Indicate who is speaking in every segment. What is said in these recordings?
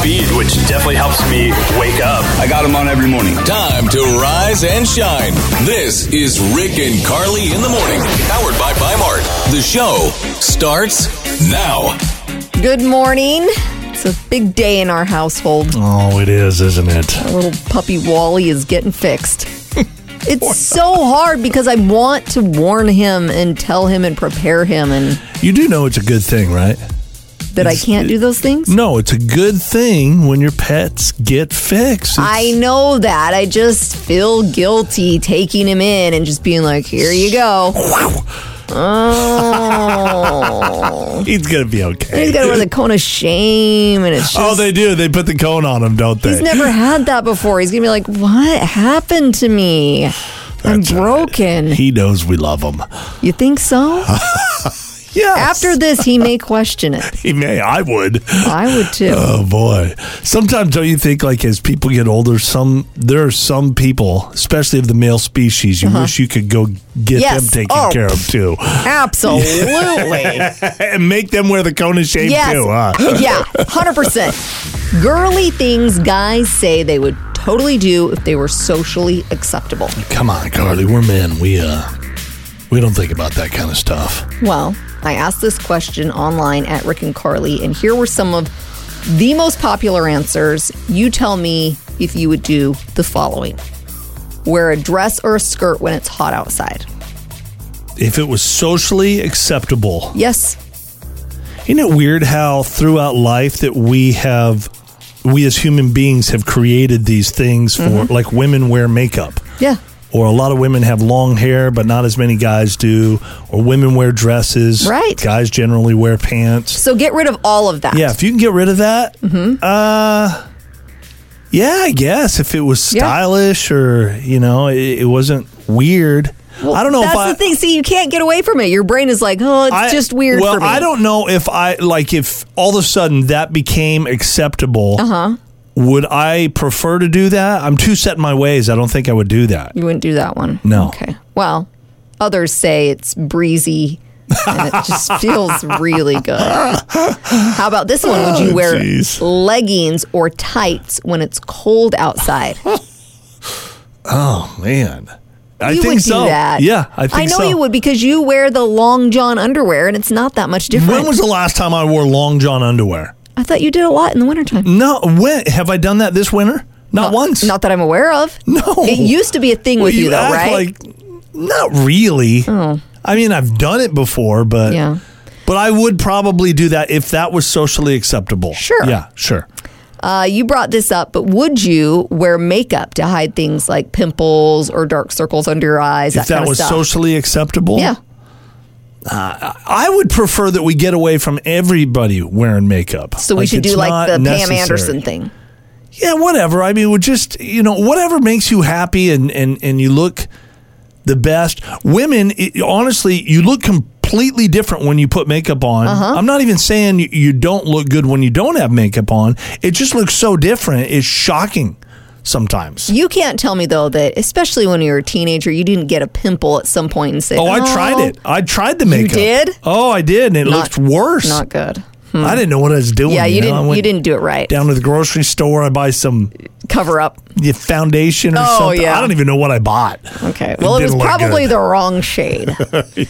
Speaker 1: speed, which definitely helps me wake up. I got them on every morning.
Speaker 2: Time to rise and shine. This is Rick and Carly in the morning, powered by Mart. The show starts now.
Speaker 3: Good morning. It's a big day in our household.
Speaker 4: Oh, it is, isn't it?
Speaker 3: Our little puppy Wally is getting fixed. It's so hard because I want to warn him and tell him and prepare him and
Speaker 4: You do know it's a good thing, right?
Speaker 3: that I can't do those things.
Speaker 4: No, it's a good thing when your pets get fixed. It's-
Speaker 3: I know that. I just feel guilty taking him in and just being like, "Here you go." Oh.
Speaker 4: he's gonna be okay.
Speaker 3: He's got to wear the cone of shame, and it's just,
Speaker 4: oh, they do. They put the cone on him, don't they?
Speaker 3: he's never had that before. He's gonna be like, "What happened to me? I'm
Speaker 4: That's all
Speaker 3: broken."
Speaker 4: He knows we love him.
Speaker 3: You think so?
Speaker 4: Yeah.
Speaker 3: After this, he may question it.
Speaker 4: he may, I would.
Speaker 3: I would too.
Speaker 4: Oh boy. Sometimes don't you think like as people get older, some there are some people, especially of the male species, you wish you could go get
Speaker 3: Uh-huh. Yes.
Speaker 4: them taken
Speaker 3: Oh,
Speaker 4: care of too.
Speaker 3: Absolutely.
Speaker 4: and make them wear the cone of shame
Speaker 3: yes.
Speaker 4: too, huh?
Speaker 3: Yeah, 100%. Girly things guys say they would totally do if they were socially acceptable.
Speaker 4: Come on, Carly, we're men. We uh we don't think about that kind of stuff.
Speaker 3: Well, I asked this question online at Rick and Carly, and here were some of the most popular answers. You tell me if you would do the following wear a dress or a skirt when it's hot outside.
Speaker 4: If it was socially acceptable.
Speaker 3: Yes,
Speaker 4: Isn't it weird how throughout life that we have we as human beings have created these things for like women wear makeup.
Speaker 3: Mm-hmm. yeah,
Speaker 4: or a lot of women have long hair, but not as many guys do, or women wear dresses.
Speaker 3: Right.
Speaker 4: Guys generally wear pants.
Speaker 3: So get rid of all of that.
Speaker 4: Yeah, if you can get rid of that,
Speaker 3: Mm-hmm.
Speaker 4: uh, yeah, I guess if it was
Speaker 3: Yeah.
Speaker 4: stylish or you know it, it wasn't weird. I don't know
Speaker 3: That's
Speaker 4: if I.
Speaker 3: the thing. See, you can't get away from it. Your brain is like, oh, it's
Speaker 4: I-
Speaker 3: just weird
Speaker 4: Well,
Speaker 3: for me.
Speaker 4: I don't know if I like if all of a sudden that became acceptable. Uh
Speaker 3: Uh-huh.
Speaker 4: huh. Would I prefer to do that? I'm too set in my ways. I don't think I would do that.
Speaker 3: You wouldn't do that one.
Speaker 4: No.
Speaker 3: Okay. Well, others say it's breezy and it just feels really good. How about this one? Would you
Speaker 4: Oh,
Speaker 3: wear
Speaker 4: geez.
Speaker 3: leggings or tights when it's cold outside?
Speaker 4: Man, I
Speaker 3: you
Speaker 4: think
Speaker 3: would
Speaker 4: so.
Speaker 3: do that.
Speaker 4: Yeah, I think
Speaker 3: I know
Speaker 4: so.
Speaker 3: you would because you wear the long john underwear and it's not that much different.
Speaker 4: When was the last time I wore long john underwear?
Speaker 3: I thought you did a lot in the wintertime.
Speaker 4: No, when have I done that this winter? Not once.
Speaker 3: Not that I'm aware of.
Speaker 4: no.
Speaker 3: It used to be a thing
Speaker 4: Well,
Speaker 3: with you, though,
Speaker 4: act
Speaker 3: right? Oh.
Speaker 4: Like, not really. I mean, I've done it before, but
Speaker 3: Yeah.
Speaker 4: But I would probably do that if that was socially acceptable.
Speaker 3: Sure.
Speaker 4: Yeah. Sure.
Speaker 3: Uh, you brought this up, but would you wear makeup to hide things like pimples or dark circles under your eyes?
Speaker 4: if that
Speaker 3: kind
Speaker 4: was
Speaker 3: of stuff?
Speaker 4: socially acceptable,
Speaker 3: yeah,
Speaker 4: I would prefer that we get away from everybody wearing makeup.
Speaker 3: so we
Speaker 4: Like,
Speaker 3: should do
Speaker 4: it's
Speaker 3: like
Speaker 4: not
Speaker 3: the
Speaker 4: necessary.
Speaker 3: Pam Anderson thing.
Speaker 4: Yeah, whatever. I mean, we just you know whatever makes you happy and and and you look the best. Women, it, honestly, you look completely different when you put makeup on.
Speaker 3: Uh-huh.
Speaker 4: I'm not even saying you, you don't look good when you don't have makeup on. It just looks so different. It's shocking sometimes.
Speaker 3: You can't tell me though that, especially when you were a teenager, you didn't get a pimple at some point and say,
Speaker 4: Oh, I tried it. I tried the makeup.
Speaker 3: did?
Speaker 4: Oh, I did, and it
Speaker 3: Not-
Speaker 4: looked worse.
Speaker 3: Not good."
Speaker 4: I didn't know what I was doing.
Speaker 3: Yeah, you
Speaker 4: know? I
Speaker 3: didn't.
Speaker 4: went
Speaker 3: You didn't do it right.
Speaker 4: down to the grocery store. I buy some
Speaker 3: Cover up.
Speaker 4: yeah, foundation or
Speaker 3: Oh,
Speaker 4: something.
Speaker 3: yeah.
Speaker 4: I don't even know what I bought.
Speaker 3: Okay. Well, it, was
Speaker 4: didn't look
Speaker 3: probably
Speaker 4: good.
Speaker 3: the wrong shade.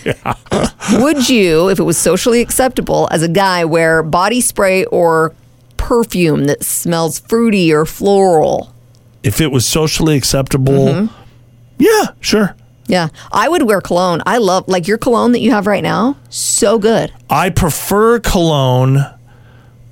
Speaker 3: Would you, if it was socially acceptable as a guy, wear body spray or perfume that smells fruity or floral?
Speaker 4: if it was socially acceptable,
Speaker 3: Mm-hmm.
Speaker 4: yeah, sure.
Speaker 3: Yeah. I would wear cologne. I love, like, your cologne that you have right now, so good.
Speaker 4: I prefer cologne,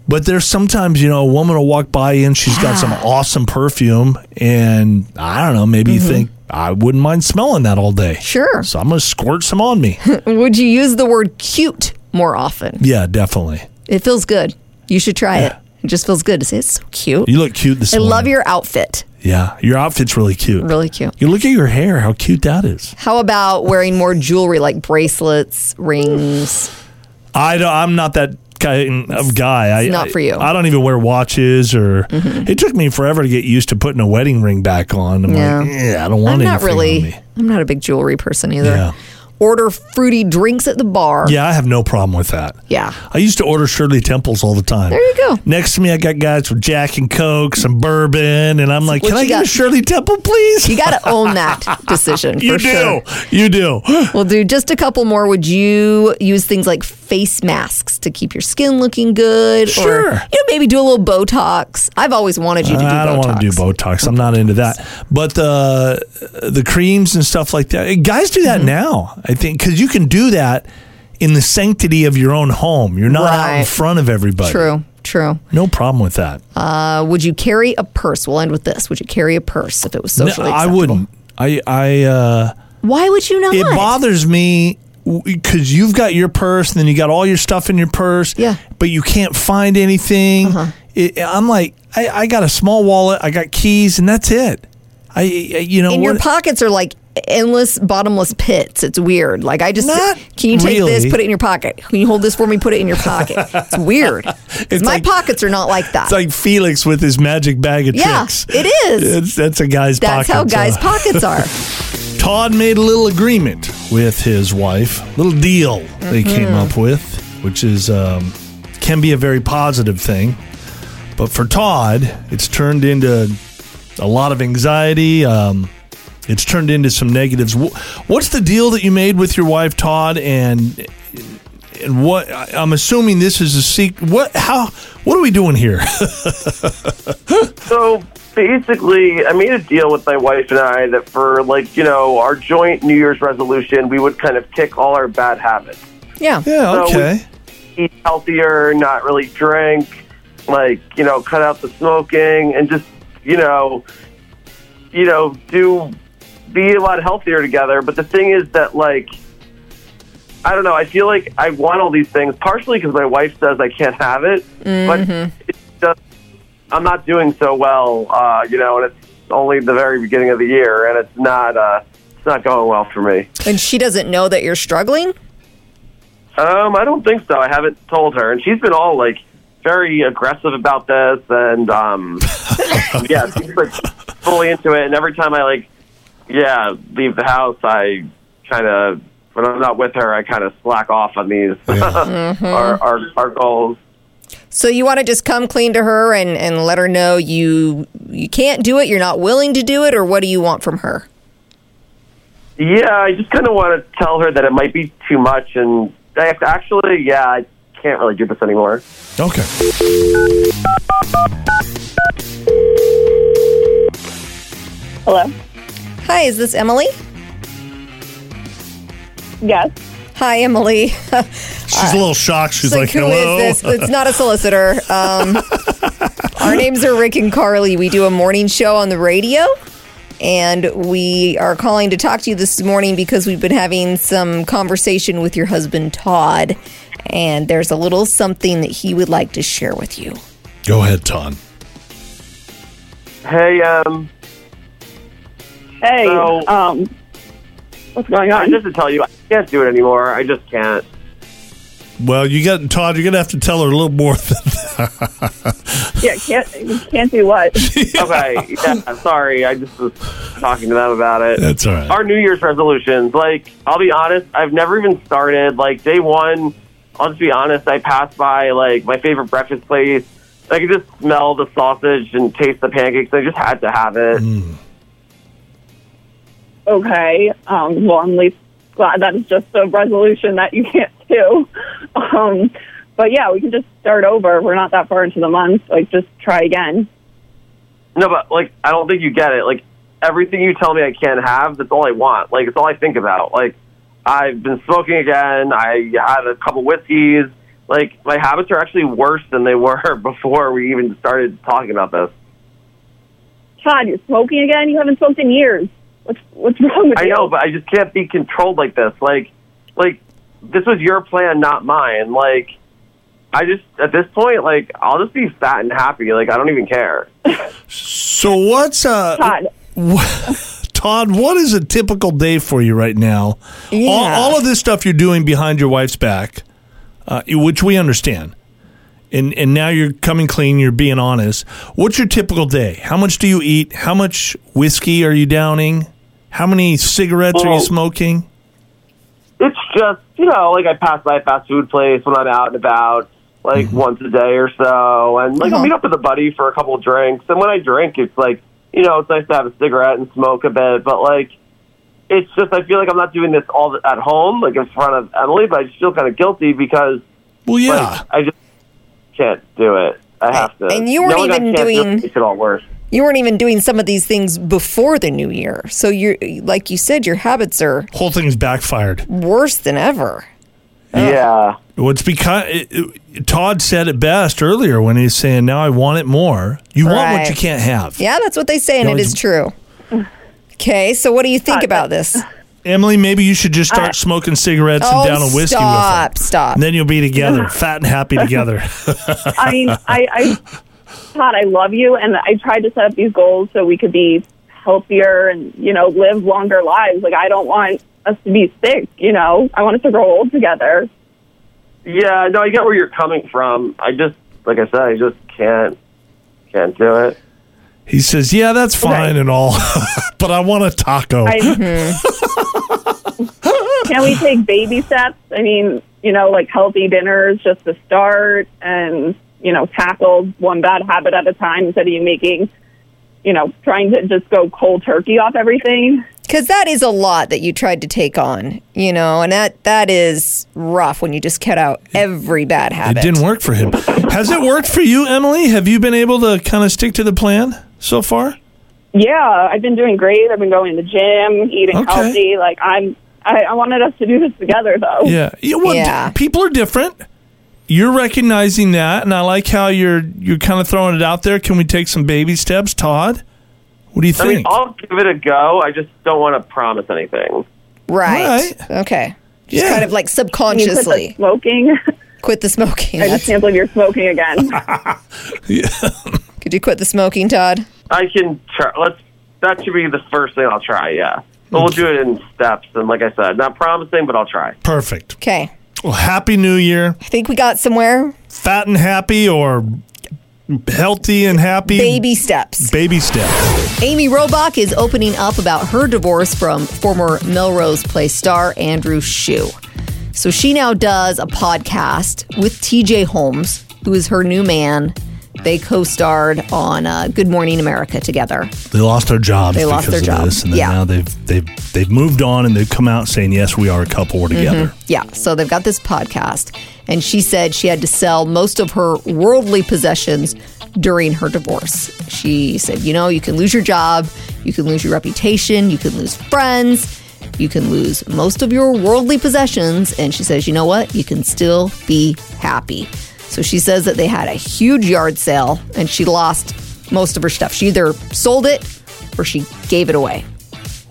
Speaker 4: but there's sometimes, you know, a woman will walk by and she's got some awesome perfume, and I don't know, maybe you think, I wouldn't mind smelling that all day.
Speaker 3: Mm-hmm. Sure.
Speaker 4: So I'm going to squirt some on me.
Speaker 3: Would you use the word cute more often?
Speaker 4: yeah, definitely.
Speaker 3: It feels good. You should try it. It just feels good to say it's so cute.
Speaker 4: You look cute this
Speaker 3: I
Speaker 4: morning.
Speaker 3: love your outfit.
Speaker 4: Yeah, your outfit's really cute.
Speaker 3: Really cute.
Speaker 4: You look at your hair, how cute that is.
Speaker 3: How about wearing more jewelry like bracelets, rings?
Speaker 4: I don't, I'm not that kind of guy.
Speaker 3: It's
Speaker 4: I,
Speaker 3: not for you. Mm-hmm.
Speaker 4: I, don't even wear watches or. It took me forever to get used to putting a wedding ring back on. I'm
Speaker 3: Yeah.
Speaker 4: like, yeah, I don't want.
Speaker 3: I'm not
Speaker 4: anything on
Speaker 3: really.
Speaker 4: me."
Speaker 3: I'm not a big jewelry person either.
Speaker 4: Yeah.
Speaker 3: order fruity drinks at the bar.
Speaker 4: Yeah, I have no problem with that.
Speaker 3: Yeah.
Speaker 4: I used to order Shirley Temples all the time.
Speaker 3: There you go.
Speaker 4: Next to me, I got guys with Jack and Coke, some bourbon, and I'm like,
Speaker 3: what
Speaker 4: can I
Speaker 3: you
Speaker 4: get a
Speaker 3: got?"
Speaker 4: Shirley Temple, please?
Speaker 3: You got to own that decision. for
Speaker 4: You do.
Speaker 3: Sure.
Speaker 4: You do.
Speaker 3: We'll do just a couple more. Would you use things like face masks to keep your skin looking good?
Speaker 4: Sure.
Speaker 3: Or, you know, maybe do a little Botox. I've always wanted you to do
Speaker 4: I don't
Speaker 3: Botox.
Speaker 4: want to do Botox. I'm not into that. But the the creams and stuff like that. eh, Guys do that
Speaker 3: Mm-hmm.
Speaker 4: now, I think, because you can do that in the sanctity of your own home. You're not out in
Speaker 3: Right.
Speaker 4: front of everybody.
Speaker 3: True, true.
Speaker 4: No problem with that.
Speaker 3: Uh, would you carry a purse? We'll end with this. Would you carry a purse if it was
Speaker 4: No,
Speaker 3: socially
Speaker 4: I
Speaker 3: acceptable?
Speaker 4: wouldn't. I I uh,
Speaker 3: Why would you not?
Speaker 4: it bothers me because you've got your purse and then you got all your stuff in your purse.
Speaker 3: Yeah. Uh-huh.
Speaker 4: But you can't find anything. It, I'm like, I, I got a small wallet. I got keys, and that's it. I, I you know
Speaker 3: and your
Speaker 4: what-
Speaker 3: pockets are like endless bottomless pits. It's weird. Like I just
Speaker 4: Not
Speaker 3: can you take this,
Speaker 4: really.
Speaker 3: put it in your pocket. Can you hold this for me? Put it in your pocket. It's weird. 'Cause
Speaker 4: It's
Speaker 3: my
Speaker 4: like-
Speaker 3: pockets are not like that.
Speaker 4: It's like Felix with his magic bag of
Speaker 3: Yeah,
Speaker 4: tricks.
Speaker 3: it is.
Speaker 4: It's, that's a guy's
Speaker 3: That's how
Speaker 4: pocket, uh, so.
Speaker 3: guys' pockets are.
Speaker 4: Todd made a little agreement with his wife, little deal they
Speaker 3: Mm-hmm.
Speaker 4: came up with, which is um, can be a very positive thing. But for Todd, it's turned into a lot of anxiety. Um, it's turned into some negatives. Wh- What's the deal that you made with your wife, Todd? And and what I- I'm assuming this is a secret. What? How? What are we doing here?
Speaker 5: So basically, I made a deal with my wife and I that for like you know our joint New Year's resolution, we would kind of kick all our bad habits,
Speaker 3: Yeah.
Speaker 4: yeah.
Speaker 5: So we-
Speaker 4: Okay.
Speaker 5: eat healthier, not really drink, like you know cut out the smoking, and just you know, you know do be a lot healthier together. But the thing is that like. I don't know. I feel like I want all these things, partially because my wife says I can't have it, but it's just I'm not doing so well, uh, you know, and it's only the very beginning of the year, and it's not uh, it's not going well for me.
Speaker 3: And she doesn't know that you're struggling?
Speaker 5: Um, I don't think so. I haven't told her, and she's been all like very aggressive about this, and um, yeah, she's like fully into it. And every time I like, yeah, leave the house, I kind of when I'm not with her, I kind of slack off on these our, our our goals.
Speaker 3: So you want to just come clean to her and, and let her know you you can't do it, you're not willing to do it, or what do you want from her?
Speaker 5: Yeah, I just kind of want to tell her that it might be too much, and I have to actually, yeah, I can't really do this anymore.
Speaker 4: Okay.
Speaker 6: Hello.
Speaker 3: Hi, is this Emily?
Speaker 6: Yes.
Speaker 3: Hi, Emily.
Speaker 4: She's a little shocked. She's like,
Speaker 3: who is
Speaker 4: hello.
Speaker 3: this? It's not a solicitor. Um, our names are Rick and Carly. We do a morning show on the radio, and we are calling to talk to you this morning because we've been having some conversation with your husband Todd, and there's a little something that he would like to share with you.
Speaker 4: Go ahead, Todd.
Speaker 5: Hey, um,
Speaker 6: Hey.
Speaker 5: So-
Speaker 6: um. What's going
Speaker 5: I
Speaker 6: on?
Speaker 5: just to tell you, I can't do it anymore. I just can't.
Speaker 4: Well, you got Todd. You're gonna have to tell her a little more. Than,
Speaker 6: yeah. Can't you can't do what?
Speaker 5: okay, yeah, I'm sorry. I just was talking to them about it.
Speaker 4: that's all right.
Speaker 5: Our New Year's resolutions, like, I'll be honest, I've never even started. Like, day one, I'll just be honest, I passed by, like, my favorite breakfast place. I could just smell the sausage and taste the pancakes. I just had to have it.
Speaker 6: okay. Um. Well, I'm least glad that is just a resolution that you can't do. Um. But yeah, we can just start over. We're not that far into the month. Like, just try again.
Speaker 5: No, but, like, I don't think you get it. Like, everything you tell me I can't have, that's all I want. Like, it's all I think about. Like, I've been smoking again. I had a couple whiskeys. Like, my habits are actually worse than they were before we even started talking about this.
Speaker 6: Todd, you're smoking again. You haven't smoked in years. What's What's wrong with
Speaker 5: I
Speaker 6: you?
Speaker 5: know, but I just can't be controlled like this. Like, like this was your plan, not mine. Like, I just at this point, like, I'll just be fat and happy. Like, I don't even care.
Speaker 4: So what's uh,
Speaker 6: Todd.
Speaker 4: wh- Todd? What is a typical day for you right now?
Speaker 3: Yeah.
Speaker 4: All, all of this stuff you're doing behind your wife's back, uh, which we understand, and and now you're coming clean. You're being honest. What's your typical day? How much do you eat? How much whiskey are you downing? How many cigarettes are
Speaker 5: Well-
Speaker 4: you smoking?
Speaker 5: it's just you know like I pass by a fast food place when I'm out and about like
Speaker 3: Mm-hmm.
Speaker 5: once a day or so, and like I'll meet up with a buddy for a couple of drinks. And when I drink, it's like you know it's nice to have a cigarette and smoke a bit, but like it's just I feel like I'm not doing this all th- at home like in front of Emily, but I just feel kind of guilty because
Speaker 4: Well, yeah.
Speaker 5: like, I just can't do it. I have to.
Speaker 3: And you weren't
Speaker 5: Knowing I
Speaker 3: even
Speaker 5: can't do it
Speaker 3: doing-
Speaker 5: makes it all worse.
Speaker 3: You weren't even doing some of these things before the new year. So you're like you said, your habits are
Speaker 4: Whole thing's backfired.
Speaker 3: worse than ever.
Speaker 5: Yeah.
Speaker 4: What's because it, it- Todd said it best earlier when he's saying, "Now I want it more." You want what
Speaker 3: Right.
Speaker 4: you can't have.
Speaker 3: Yeah, that's what they say, and
Speaker 4: No,
Speaker 3: it is
Speaker 4: you-
Speaker 3: true. Okay, so what do you think about this?
Speaker 4: Emily, maybe you should just start smoking cigarettes
Speaker 3: Uh, oh,
Speaker 4: and down a whiskey
Speaker 3: stop,
Speaker 4: with her.
Speaker 3: stop.
Speaker 4: And then you'll be together, fat and happy together.
Speaker 6: I mean, I, I, Todd, I love you, and I tried to set up these goals so we could be healthier and you know live longer lives. Like I don't want us to be sick. You know, I want us to grow old together.
Speaker 5: Yeah, no, I get where you're coming from. I just, like I said, I just can't, can't do it.
Speaker 4: he says, "Yeah, that's fine and all, but I want a taco."
Speaker 6: I, can we take baby steps? I mean, you know, like healthy dinners just to start, and you know, tackle one bad habit at a time instead of you making, you know, trying to just go cold turkey off everything.
Speaker 3: because that is a lot that you tried to take on, you know, and that that is rough when you just cut out every bad
Speaker 4: it
Speaker 3: habit.
Speaker 4: didn't work for him. Has it worked for you, Emily? Have you been able to kind of stick to the plan so far?
Speaker 6: Yeah, I've been doing great. I've been going to the gym, eating
Speaker 4: Okay.
Speaker 6: healthy. Like I'm, I, I wanted us to do this together, though.
Speaker 4: Yeah. Yeah, well,
Speaker 3: Yeah.
Speaker 4: d- people are different. You're recognizing that, and I like how you're you're kind of throwing it out there. Can we take some baby steps, Todd? What do you
Speaker 5: I mean,
Speaker 4: think?
Speaker 5: I'll give it a go. I just don't want to promise anything.
Speaker 3: Right.
Speaker 4: Right.
Speaker 3: Okay. Just
Speaker 4: Yeah.
Speaker 3: kind of like
Speaker 6: Can you quit the
Speaker 3: subconsciously
Speaker 6: smoking.
Speaker 3: quit the smoking.
Speaker 6: I just can't believe you're smoking again.
Speaker 3: Could you quit the smoking, Todd?
Speaker 5: I can try. Let's. That should be the first thing I'll try. Yeah, but we'll do it in steps. And like I said, not promising, but I'll try.
Speaker 4: Perfect.
Speaker 3: Okay.
Speaker 4: Well, happy New Year,
Speaker 3: I think we got somewhere.
Speaker 4: fat and happy, or healthy and happy.
Speaker 3: Baby steps.
Speaker 4: baby steps.
Speaker 3: Amy Robach is opening up about her divorce from former Melrose Place star Andrew Shue. So she now does a podcast with TJ Holmes, who is her new man. They co starred on uh, Good Morning America together.
Speaker 4: They lost their jobs.
Speaker 3: They lost
Speaker 4: because
Speaker 3: their
Speaker 4: of
Speaker 3: job.
Speaker 4: This, and then
Speaker 3: Yeah.
Speaker 4: now they've they've they've moved on, and they've come out saying, "Yes, we are a couple. We're
Speaker 3: Mm-hmm.
Speaker 4: together."
Speaker 3: Yeah, so they've got this podcast, and she said she had to sell most of her worldly possessions during her divorce. She said, You know, you can lose your job, you can lose your reputation, you can lose friends, you can lose most of your worldly possessions. And she says, You know what? You can still be happy. So she says that they had a huge yard sale, and she lost most of her stuff. She either sold it or she gave it away.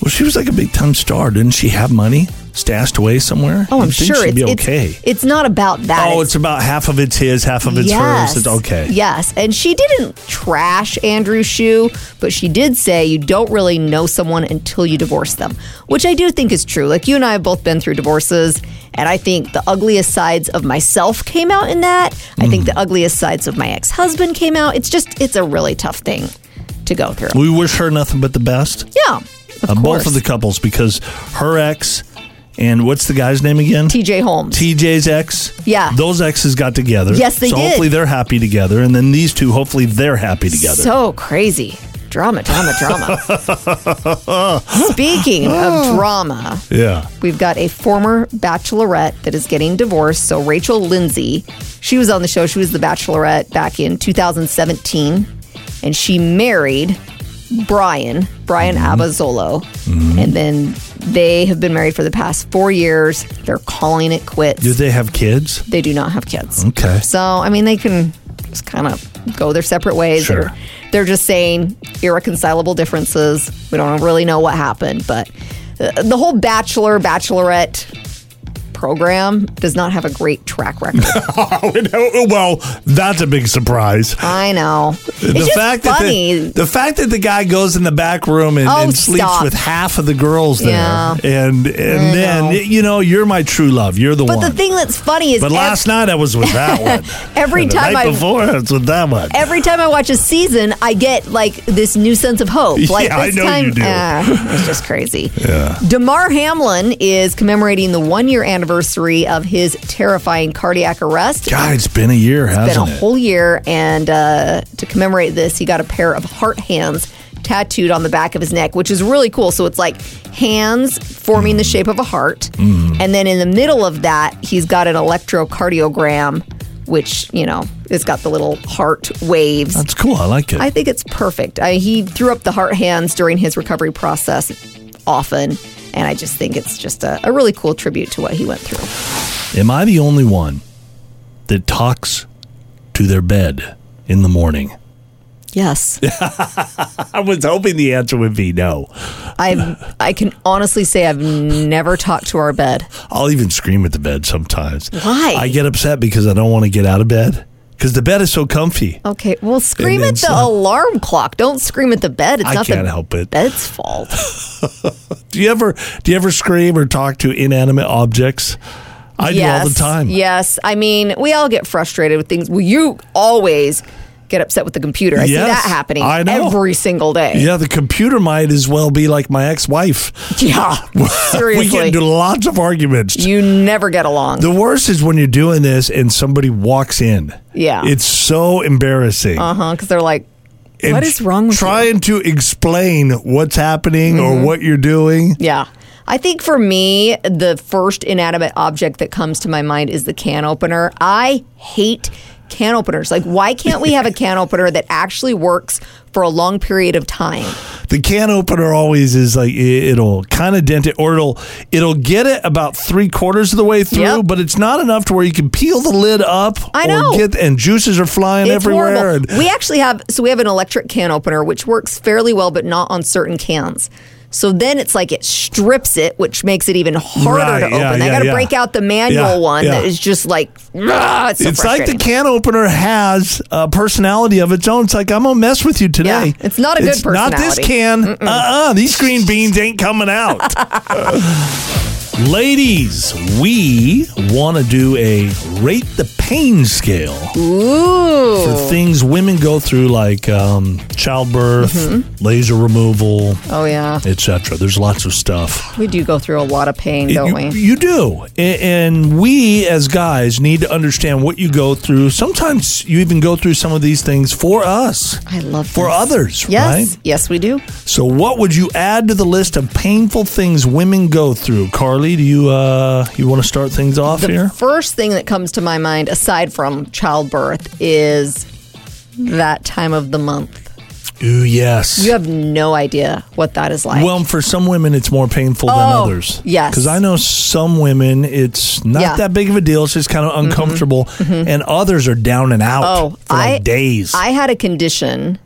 Speaker 4: Well, she was like a big time star. Didn't she have money stashed away somewhere?
Speaker 3: Oh, I'm
Speaker 4: You'd think
Speaker 3: sure
Speaker 4: she'd
Speaker 3: it's,
Speaker 4: be
Speaker 3: it's-
Speaker 4: okay.
Speaker 3: it's not about that.
Speaker 4: oh, it's about half of it's his, half of it's hers. It's okay.
Speaker 3: Yes. And she didn't trash Andrew Shue, but she did say you don't really know someone until you divorce them, which I do think is true. Like you and I have both been through divorces, and I think the ugliest sides of myself came out in that. I think
Speaker 4: Mm.
Speaker 3: the ugliest sides of my ex husband came out. It's just, it's a really tough thing to go through.
Speaker 4: We wish her nothing but the best.
Speaker 3: yeah. Of
Speaker 4: Uh,
Speaker 3: course.
Speaker 4: both of the couples because her ex and what's the guy's name again?
Speaker 3: TJ Holmes.
Speaker 4: TJ's ex.
Speaker 3: Yeah.
Speaker 4: Those exes got together.
Speaker 3: Yes, they
Speaker 4: so
Speaker 3: did.
Speaker 4: hopefully they're happy together. And then these two, hopefully they're happy together.
Speaker 3: So crazy. Drama, drama, drama. Speaking of drama,
Speaker 4: yeah.
Speaker 3: We've got a former bachelorette that is getting divorced. So, Rachel Lindsay, she was on the show. She was the bachelorette back in 2017. And she married Brian, Brian Abazolo. And then they have been married for the past four years. They're calling it quits.
Speaker 4: Do they have kids?
Speaker 3: They do not have kids.
Speaker 4: Okay.
Speaker 3: So, I mean, they can just kind of go their separate ways.
Speaker 4: Sure.
Speaker 3: They're, they're just saying irreconcilable differences. We don't really know what happened, but uh, the whole bachelor, bachelorette program does not have a great track record.
Speaker 4: Oh, well, that's a big surprise.
Speaker 3: I know. It's just funny.
Speaker 4: that the, the fact that the guy goes in the back room and,
Speaker 3: Oh,
Speaker 4: and sleeps
Speaker 3: stop.
Speaker 4: with half of the girls there,
Speaker 3: Yeah.
Speaker 4: and and
Speaker 3: I
Speaker 4: then
Speaker 3: know.
Speaker 4: you know you're my true love. You're the
Speaker 3: but
Speaker 4: one.
Speaker 3: the thing that's funny is
Speaker 4: but
Speaker 3: ev-
Speaker 4: last night I was with that one.
Speaker 3: Every
Speaker 4: And the
Speaker 3: time
Speaker 4: night
Speaker 3: I-
Speaker 4: before I was with that one.
Speaker 3: every time I watch a season, I get like this new sense of hope. Like
Speaker 4: Yeah, I
Speaker 3: this
Speaker 4: know
Speaker 3: time,
Speaker 4: you do.
Speaker 3: Ah, it's just crazy. Damar Hamlin is commemorating the one year anniversary of his terrifying cardiac arrest.
Speaker 4: God, it's been a year,
Speaker 3: It's
Speaker 4: hasn't
Speaker 3: been a whole year, and uh, to commemorate this, he got a pair of heart hands tattooed on the back of his neck, which is really cool. So it's like hands forming
Speaker 4: Mm.
Speaker 3: the shape of a heart, and then in the middle of that, he's got an electrocardiogram, which you know it's got the little heart waves.
Speaker 4: That's cool. I like it.
Speaker 3: I think it's perfect. I, he threw up the heart hands during his recovery process often, and I just think it's just a, a really cool tribute to what he went through.
Speaker 4: Am I the only one that talks to their bed in the morning?
Speaker 3: Yes,
Speaker 4: I was hoping the answer would be no.
Speaker 3: I I can honestly say I've never talked to our bed.
Speaker 4: I'll even scream at the bed sometimes.
Speaker 3: Why?
Speaker 4: I get upset because I don't want to get out of bed because the bed is so comfy.
Speaker 3: Okay, well, scream
Speaker 4: then
Speaker 3: at the
Speaker 4: some-
Speaker 3: alarm clock. Don't scream at the bed. It's
Speaker 4: I
Speaker 3: not
Speaker 4: can't
Speaker 3: the
Speaker 4: help it.
Speaker 3: bed's fault.
Speaker 4: Do you ever do you ever scream or talk to inanimate objects? I do all the time.
Speaker 3: Yes, I mean we all get frustrated with things. Well, you always get upset with the computer. I see
Speaker 4: Yes,
Speaker 3: that happening
Speaker 4: I know.
Speaker 3: every single day.
Speaker 4: Yeah, the computer might as well be like my ex-wife.
Speaker 3: Yeah, seriously.
Speaker 4: we get into lots of arguments.
Speaker 3: You never get along.
Speaker 4: The worst is when you're doing this and somebody walks in.
Speaker 3: Yeah.
Speaker 4: It's so embarrassing.
Speaker 3: Uh huh. Because they're like,
Speaker 4: And
Speaker 3: what is wrong with you? Mm-hmm.
Speaker 4: trying to explain what's happening or what you're doing?
Speaker 3: yeah. I think for me, the first inanimate object that comes to my mind is the can opener. I hate can openers. Like, why can't we have a can opener that actually works for a long period of time?
Speaker 4: The can opener always is like it, it'll kind of dent it, or it'll it'll get it about three quarters of the way through,
Speaker 3: Yep.
Speaker 4: but it's not enough to where you can peel the lid up.
Speaker 3: I know.
Speaker 4: Or get and juices are flying
Speaker 3: It's
Speaker 4: everywhere.
Speaker 3: horrible.
Speaker 4: and-
Speaker 3: We actually have so we have an electric can opener which works fairly well, but not on certain cans. So then it's like it strips it, which makes it even harder
Speaker 4: Right,
Speaker 3: to open.
Speaker 4: yeah,
Speaker 3: I
Speaker 4: yeah,
Speaker 3: got to
Speaker 4: yeah.
Speaker 3: break out the manual
Speaker 4: Yeah,
Speaker 3: one that
Speaker 4: yeah.
Speaker 3: is just like, ah, it's so
Speaker 4: it's like the
Speaker 3: frustrating.
Speaker 4: can opener has a personality of its own. It's like I'm gonna mess with you today.
Speaker 3: Yeah, it's not a good
Speaker 4: It's Not this
Speaker 3: personality.
Speaker 4: can. Uh uh These green beans ain't coming out. Ladies, we want to do a rate the pain scale.
Speaker 3: Ooh.
Speaker 4: for things women go through like um, childbirth, laser removal,
Speaker 3: Mm-hmm. Oh yeah,
Speaker 4: etc. There's lots of stuff.
Speaker 3: we do go through a lot of pain,
Speaker 4: you,
Speaker 3: don't we?
Speaker 4: you do. A- And we as guys need to understand what you go through. Sometimes you even go through some of these things for us.
Speaker 3: I love
Speaker 4: for
Speaker 3: this.
Speaker 4: others,
Speaker 3: Yes,
Speaker 4: right?
Speaker 3: yes, we do.
Speaker 4: So what would you add to the list of painful things women go through? Carly, do you uh you want to start things off
Speaker 3: The
Speaker 4: here?
Speaker 3: first thing that comes to my mind, aside from childbirth, is that time of the month.
Speaker 4: Ooh, yes.
Speaker 3: You have no idea what that is like.
Speaker 4: Well, for some women, it's more painful than
Speaker 3: Oh,
Speaker 4: others.
Speaker 3: yes.
Speaker 4: Because I know some women, it's not
Speaker 3: Yeah. Mm-hmm.
Speaker 4: that big of a deal. It's just kind of uncomfortable. And others are down and out
Speaker 3: Oh,
Speaker 4: for like
Speaker 3: I-
Speaker 4: days.
Speaker 3: I had a condition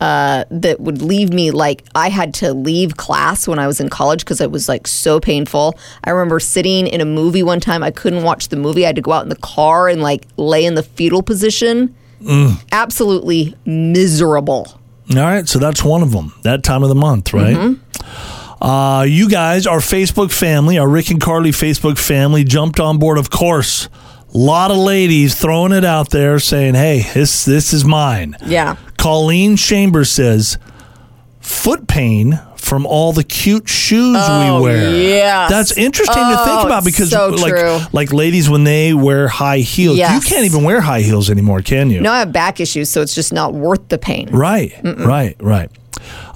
Speaker 3: uh, that would leave me like I had to leave class when I was in college because it was like so painful. I remember sitting in a movie one time. I couldn't watch the movie. I had to go out in the car and like lay in the fetal position.
Speaker 4: Mm.
Speaker 3: Absolutely miserable.
Speaker 4: All right. So that's one of them. That time of the month, right?
Speaker 3: Mm-hmm.
Speaker 4: Uh, you guys, our Facebook family, our Rick and Carly Facebook family, jumped on board, of course. A lot of ladies throwing it out there saying, hey, this, this is mine.
Speaker 3: Yeah.
Speaker 4: Colleen Chambers says, foot pain from all the cute shoes we wear.
Speaker 3: Oh, yes.
Speaker 4: That's interesting to think
Speaker 3: Oh,
Speaker 4: about because
Speaker 3: so
Speaker 4: like
Speaker 3: true.
Speaker 4: like ladies when they wear high heels,
Speaker 3: Yes.
Speaker 4: you can't even wear high heels anymore, can you?
Speaker 3: Now I have back issues, so it's just not worth the pain.
Speaker 4: Right. Right, right.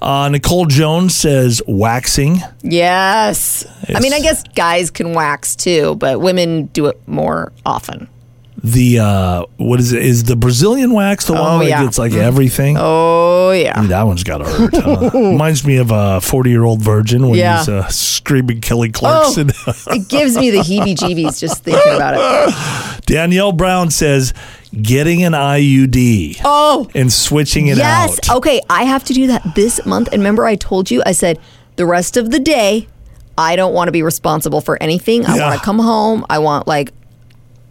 Speaker 4: Uh, Nicole Jones says waxing.
Speaker 3: Yes. I mean, I
Speaker 4: Yes.
Speaker 3: guess guys can wax too, but women do it more often.
Speaker 4: The uh, what is it? Is the Brazilian wax the one
Speaker 3: Oh,
Speaker 4: that
Speaker 3: yeah.
Speaker 4: gets like everything?
Speaker 3: Oh, yeah.
Speaker 4: That one's got to hurt. Huh? Reminds me of a 40 year old virgin when
Speaker 3: Yeah. Oh.
Speaker 4: he's uh, screaming Kelly Clarkson.
Speaker 3: it gives me the heebie jeebies just thinking about it.
Speaker 4: Danielle Brown says getting an IUD
Speaker 3: Oh,
Speaker 4: and switching it
Speaker 3: yes. Oh,
Speaker 4: out.
Speaker 3: Okay, I have to do that this month. And remember, I told you, I said the rest of the day, I don't want to be responsible for anything. I
Speaker 4: Yeah.
Speaker 3: want to come home. I want like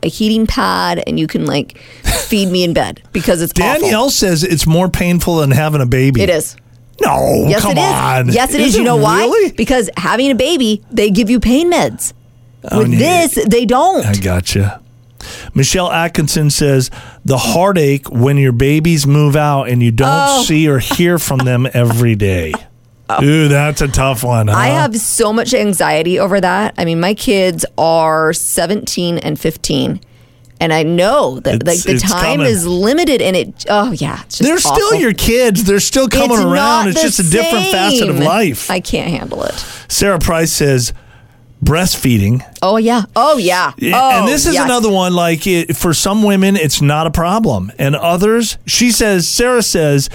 Speaker 3: a heating pad and you can like feed me in bed because it's awful.
Speaker 4: Danielle says it's more painful than having a baby.
Speaker 3: It is.
Speaker 4: No,
Speaker 3: Yes,
Speaker 4: come
Speaker 3: it is.
Speaker 4: on.
Speaker 3: Yes, it is. You know why?
Speaker 4: really?
Speaker 3: Because having a baby, they give you pain meds.
Speaker 4: Oh,
Speaker 3: With
Speaker 4: yeah.
Speaker 3: this, they don't.
Speaker 4: I gotcha. Michelle Atkinson says the heartache when your babies move out and you don't
Speaker 3: Oh.
Speaker 4: see or hear from them every day. Dude, that's a tough one. Huh?
Speaker 3: I have so much anxiety over that. I mean, my kids are 17 and 15, and I know that
Speaker 4: It's-
Speaker 3: like the
Speaker 4: it's
Speaker 3: time
Speaker 4: coming.
Speaker 3: is limited. And it, oh yeah, it's just
Speaker 4: They're
Speaker 3: awful.
Speaker 4: still your kids. They're still coming
Speaker 3: It's
Speaker 4: around.
Speaker 3: not
Speaker 4: It's
Speaker 3: the
Speaker 4: just a different facet of
Speaker 3: same.
Speaker 4: life.
Speaker 3: I can't handle it.
Speaker 4: Sarah Price says breastfeeding.
Speaker 3: Oh yeah. Oh yeah. Oh,
Speaker 4: and this is
Speaker 3: yes.
Speaker 4: another one like it, for some women it's not a problem and others she says Sarah says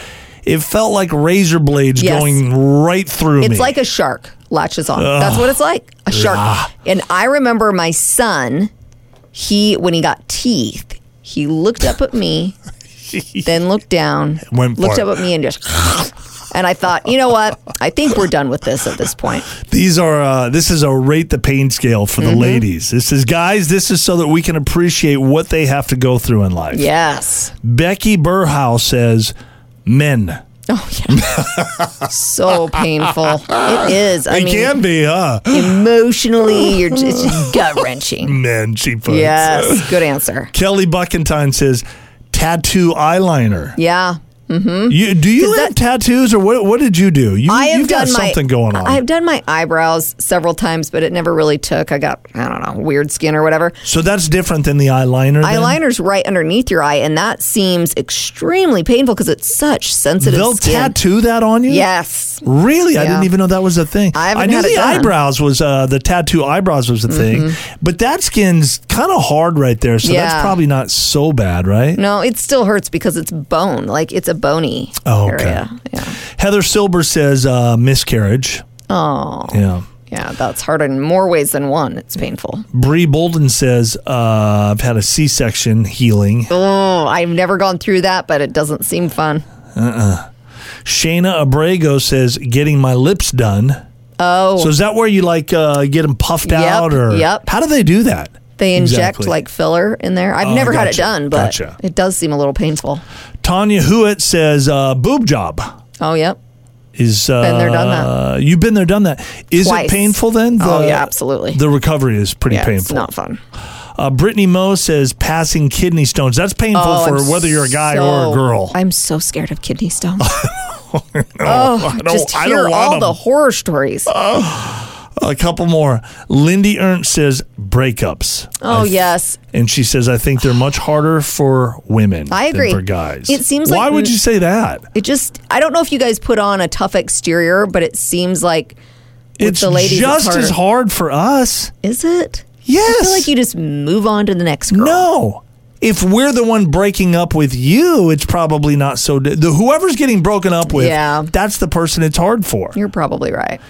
Speaker 4: it felt like razor blades
Speaker 3: Yes.
Speaker 4: going right through me.
Speaker 3: It's like a shark latches on. That's what it's like. A shark. And I remember my son, he when he got teeth, he looked up at me, then looked down,
Speaker 4: Went for
Speaker 3: looked
Speaker 4: it.
Speaker 3: up at me and just and I thought, you know what? I think we're done with this at this point.
Speaker 4: These are uh, this is a rate the pain scale for the
Speaker 3: Mm-hmm.
Speaker 4: ladies. This is guys. This is so that we can appreciate what they have to go through in life.
Speaker 3: Yes.
Speaker 4: Becky Burhouse says men.
Speaker 3: Oh yeah. so painful. It is. I
Speaker 4: They
Speaker 3: mean
Speaker 4: can be, huh?
Speaker 3: emotionally you're just, it's just gut wrenching.
Speaker 4: Men. She puts.
Speaker 3: Yes. Good answer.
Speaker 4: Kelly Buckentine says tattoo eyeliner.
Speaker 3: Yeah.
Speaker 4: You, do you
Speaker 3: Mm-hmm. Does
Speaker 4: have tattoos or what? What did you do? You,
Speaker 3: I have
Speaker 4: you've
Speaker 3: done
Speaker 4: got
Speaker 3: my,
Speaker 4: something going on.
Speaker 3: I have done my eyebrows several times, but it never really took. I got I don't know weird skin or whatever.
Speaker 4: so that's different than the eyeliner. then?
Speaker 3: Eyeliner's right underneath your eye, and that seems extremely painful because it's such sensitive
Speaker 4: They'll
Speaker 3: skin.
Speaker 4: tattoo that on you.
Speaker 3: Yes,
Speaker 4: Really, I
Speaker 3: Yeah.
Speaker 4: didn't even know that was a thing.
Speaker 3: I haven't
Speaker 4: knew
Speaker 3: had
Speaker 4: the
Speaker 3: it done. Mm-hmm.
Speaker 4: eyebrows was uh, the tattoo eyebrows was a thing, but that skin's kind of hard right there, so that's
Speaker 3: Yeah.
Speaker 4: probably not so bad, right?
Speaker 3: no, it still hurts because it's bone, like it's a bony
Speaker 4: Oh, okay.
Speaker 3: area. Yeah,
Speaker 4: Heather Silber says uh, miscarriage. Oh, yeah.
Speaker 3: yeah, that's hard in more ways than one. It's painful.
Speaker 4: Bree Bolden says uh, I've had a C-section healing.
Speaker 3: Oh, I've never gone through that, but it doesn't seem fun.
Speaker 4: Shayna Abrego says getting my lips done.
Speaker 3: Oh,
Speaker 4: So is that where you like uh, get them puffed
Speaker 3: Yep,
Speaker 4: out, or
Speaker 3: yep.
Speaker 4: how do they do that?
Speaker 3: they inject
Speaker 4: Exactly.
Speaker 3: like filler in there. I've
Speaker 4: Oh,
Speaker 3: never had it
Speaker 4: gotcha,
Speaker 3: done, but
Speaker 4: gotcha.
Speaker 3: it does seem a little painful.
Speaker 4: Tanya Hewitt says uh, boob job.
Speaker 3: Oh, yep.
Speaker 4: is uh,
Speaker 3: Been there, done that.
Speaker 4: You've been there, done that. Is
Speaker 3: Twice.
Speaker 4: it painful then?
Speaker 3: Oh, yeah, absolutely.
Speaker 4: The recovery is pretty
Speaker 3: Yeah,
Speaker 4: painful.
Speaker 3: It's not fun.
Speaker 4: Uh, Brittany Moe says passing kidney stones. That's painful
Speaker 3: Oh,
Speaker 4: for
Speaker 3: I'm
Speaker 4: whether you're a guy
Speaker 3: so-
Speaker 4: or a girl.
Speaker 3: I'm so scared of kidney stones. oh,
Speaker 4: I don't-
Speaker 3: just
Speaker 4: I
Speaker 3: hear
Speaker 4: don't want
Speaker 3: all
Speaker 4: them. Uh,
Speaker 3: the horror stories.
Speaker 4: a couple more. Lindy Ernst says breakups.
Speaker 3: oh
Speaker 4: I-
Speaker 3: yes,
Speaker 4: And she says, I think they're much harder for women
Speaker 3: I agree.
Speaker 4: than for guys.
Speaker 3: It seems
Speaker 4: Why
Speaker 3: like-
Speaker 4: would you say that?
Speaker 3: it just. I don't know if you guys put on a tough exterior, but it seems like with
Speaker 4: It's
Speaker 3: the ladies,
Speaker 4: just
Speaker 3: it's
Speaker 4: as
Speaker 3: harder.
Speaker 4: hard for us.
Speaker 3: Is it?
Speaker 4: Yes.
Speaker 3: I feel like you just move on to the next girl.
Speaker 4: No. If we're the one breaking up with you, it's probably not so. Di- the whoever's getting broken up with,
Speaker 3: Yeah.
Speaker 4: that's the person it's hard for.
Speaker 3: You're probably right.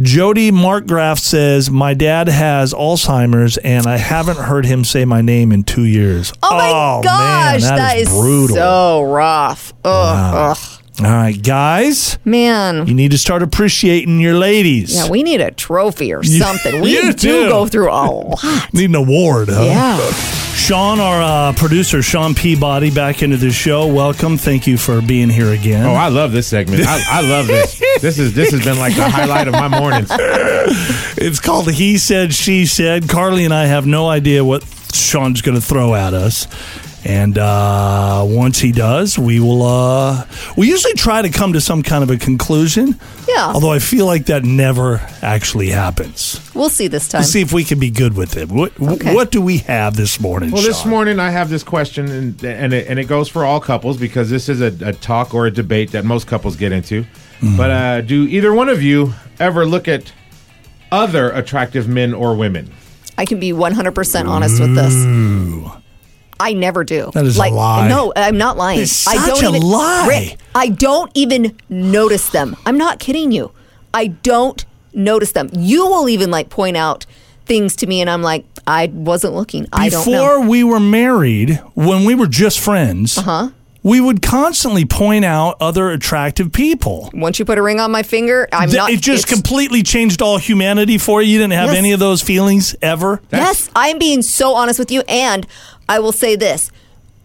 Speaker 4: Jody Markgraf says, "My dad has Alzheimer's, and I haven't heard him say my name in two years."
Speaker 3: Oh, my
Speaker 4: man,
Speaker 3: gosh, that is,
Speaker 4: brutal.
Speaker 3: so rough. Ugh, ugh.
Speaker 4: All right, guys,
Speaker 3: man.
Speaker 4: you need to start appreciating your ladies.
Speaker 3: Yeah, we need a trophy or something. We
Speaker 4: you
Speaker 3: do,
Speaker 4: do.
Speaker 3: go through a lot.
Speaker 4: need an award, huh?
Speaker 3: Yeah.
Speaker 4: Sean, our uh, producer, Sean Peabody, back into the show. Welcome. Thank you for being here again.
Speaker 7: Oh, I love this segment. I, I love this. This is this has been like the highlight of my mornings.
Speaker 4: It's called He Said, She Said. Carly and I have no idea what Sean's going to throw at us. And uh, once he does, we will. Uh, we usually try to come to some kind of a conclusion.
Speaker 3: Yeah.
Speaker 4: Although I feel like that never actually happens.
Speaker 3: We'll see this time.
Speaker 4: Let's see if we can be good with it. What
Speaker 3: Okay.
Speaker 4: What do we have this morning?
Speaker 7: Well, this
Speaker 4: Sean?
Speaker 7: morning I have this question, and and it, and it goes for all couples because this is a, a talk or a debate that most couples get into.
Speaker 4: Mm-hmm.
Speaker 7: But uh, do either one of you ever look at other attractive men or women?
Speaker 3: I can be 100% honest with this. I never do.
Speaker 4: That is a
Speaker 3: like,
Speaker 4: lie.
Speaker 3: No, I'm not lying.
Speaker 4: It's
Speaker 3: I
Speaker 4: such
Speaker 3: don't
Speaker 4: a
Speaker 3: even,
Speaker 4: lie.
Speaker 3: Rick, I don't even notice them. I'm not kidding you. I don't notice them. You will even like point out things to me, and I'm like, I wasn't looking. I don't know.
Speaker 4: Before we were married, when we were just friends, uh-huh. we would constantly point out other attractive people.
Speaker 3: Once you put a ring on my finger, I'm
Speaker 4: Th-
Speaker 3: not.
Speaker 4: it just
Speaker 3: it's-
Speaker 4: completely changed all humanity for you. You didn't have
Speaker 3: Yes.
Speaker 4: any of those feelings ever.
Speaker 3: Yes, I'm being so honest with you. And I will say this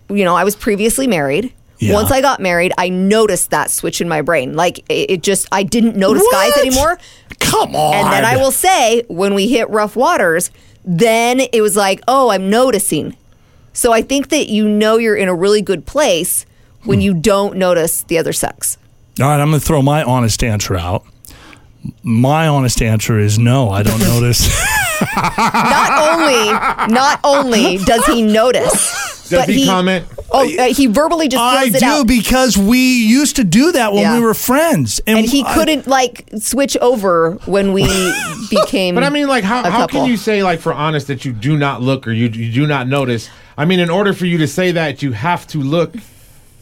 Speaker 3: you know, I was previously married.
Speaker 4: Yeah.
Speaker 3: Once I got married, I noticed that switch in my brain. Like, it, it just, I didn't notice guys
Speaker 4: What?
Speaker 3: anymore.
Speaker 4: Come on.
Speaker 3: And then I will say, when we hit rough waters, then it was like, oh, I'm noticing. So I think that you know you're in a really good place when you don't notice the other sex.
Speaker 4: All right, I'm going to throw my honest answer out. My honest answer is no, I don't notice.
Speaker 3: Not only, not only does he notice,
Speaker 7: Does he comment?
Speaker 3: Oh, uh, he verbally just throws
Speaker 4: I
Speaker 3: it
Speaker 4: do
Speaker 3: out.
Speaker 4: because we used to do that when
Speaker 3: Yeah.
Speaker 4: we were friends.
Speaker 3: and he
Speaker 4: I-
Speaker 3: couldn't like switch over when we became.
Speaker 7: But I mean, like, how,
Speaker 3: a
Speaker 7: how
Speaker 3: couple.
Speaker 7: can you say, like, for honest, that you do not look or you, you do not notice? I mean, in order for you to say that, you have to look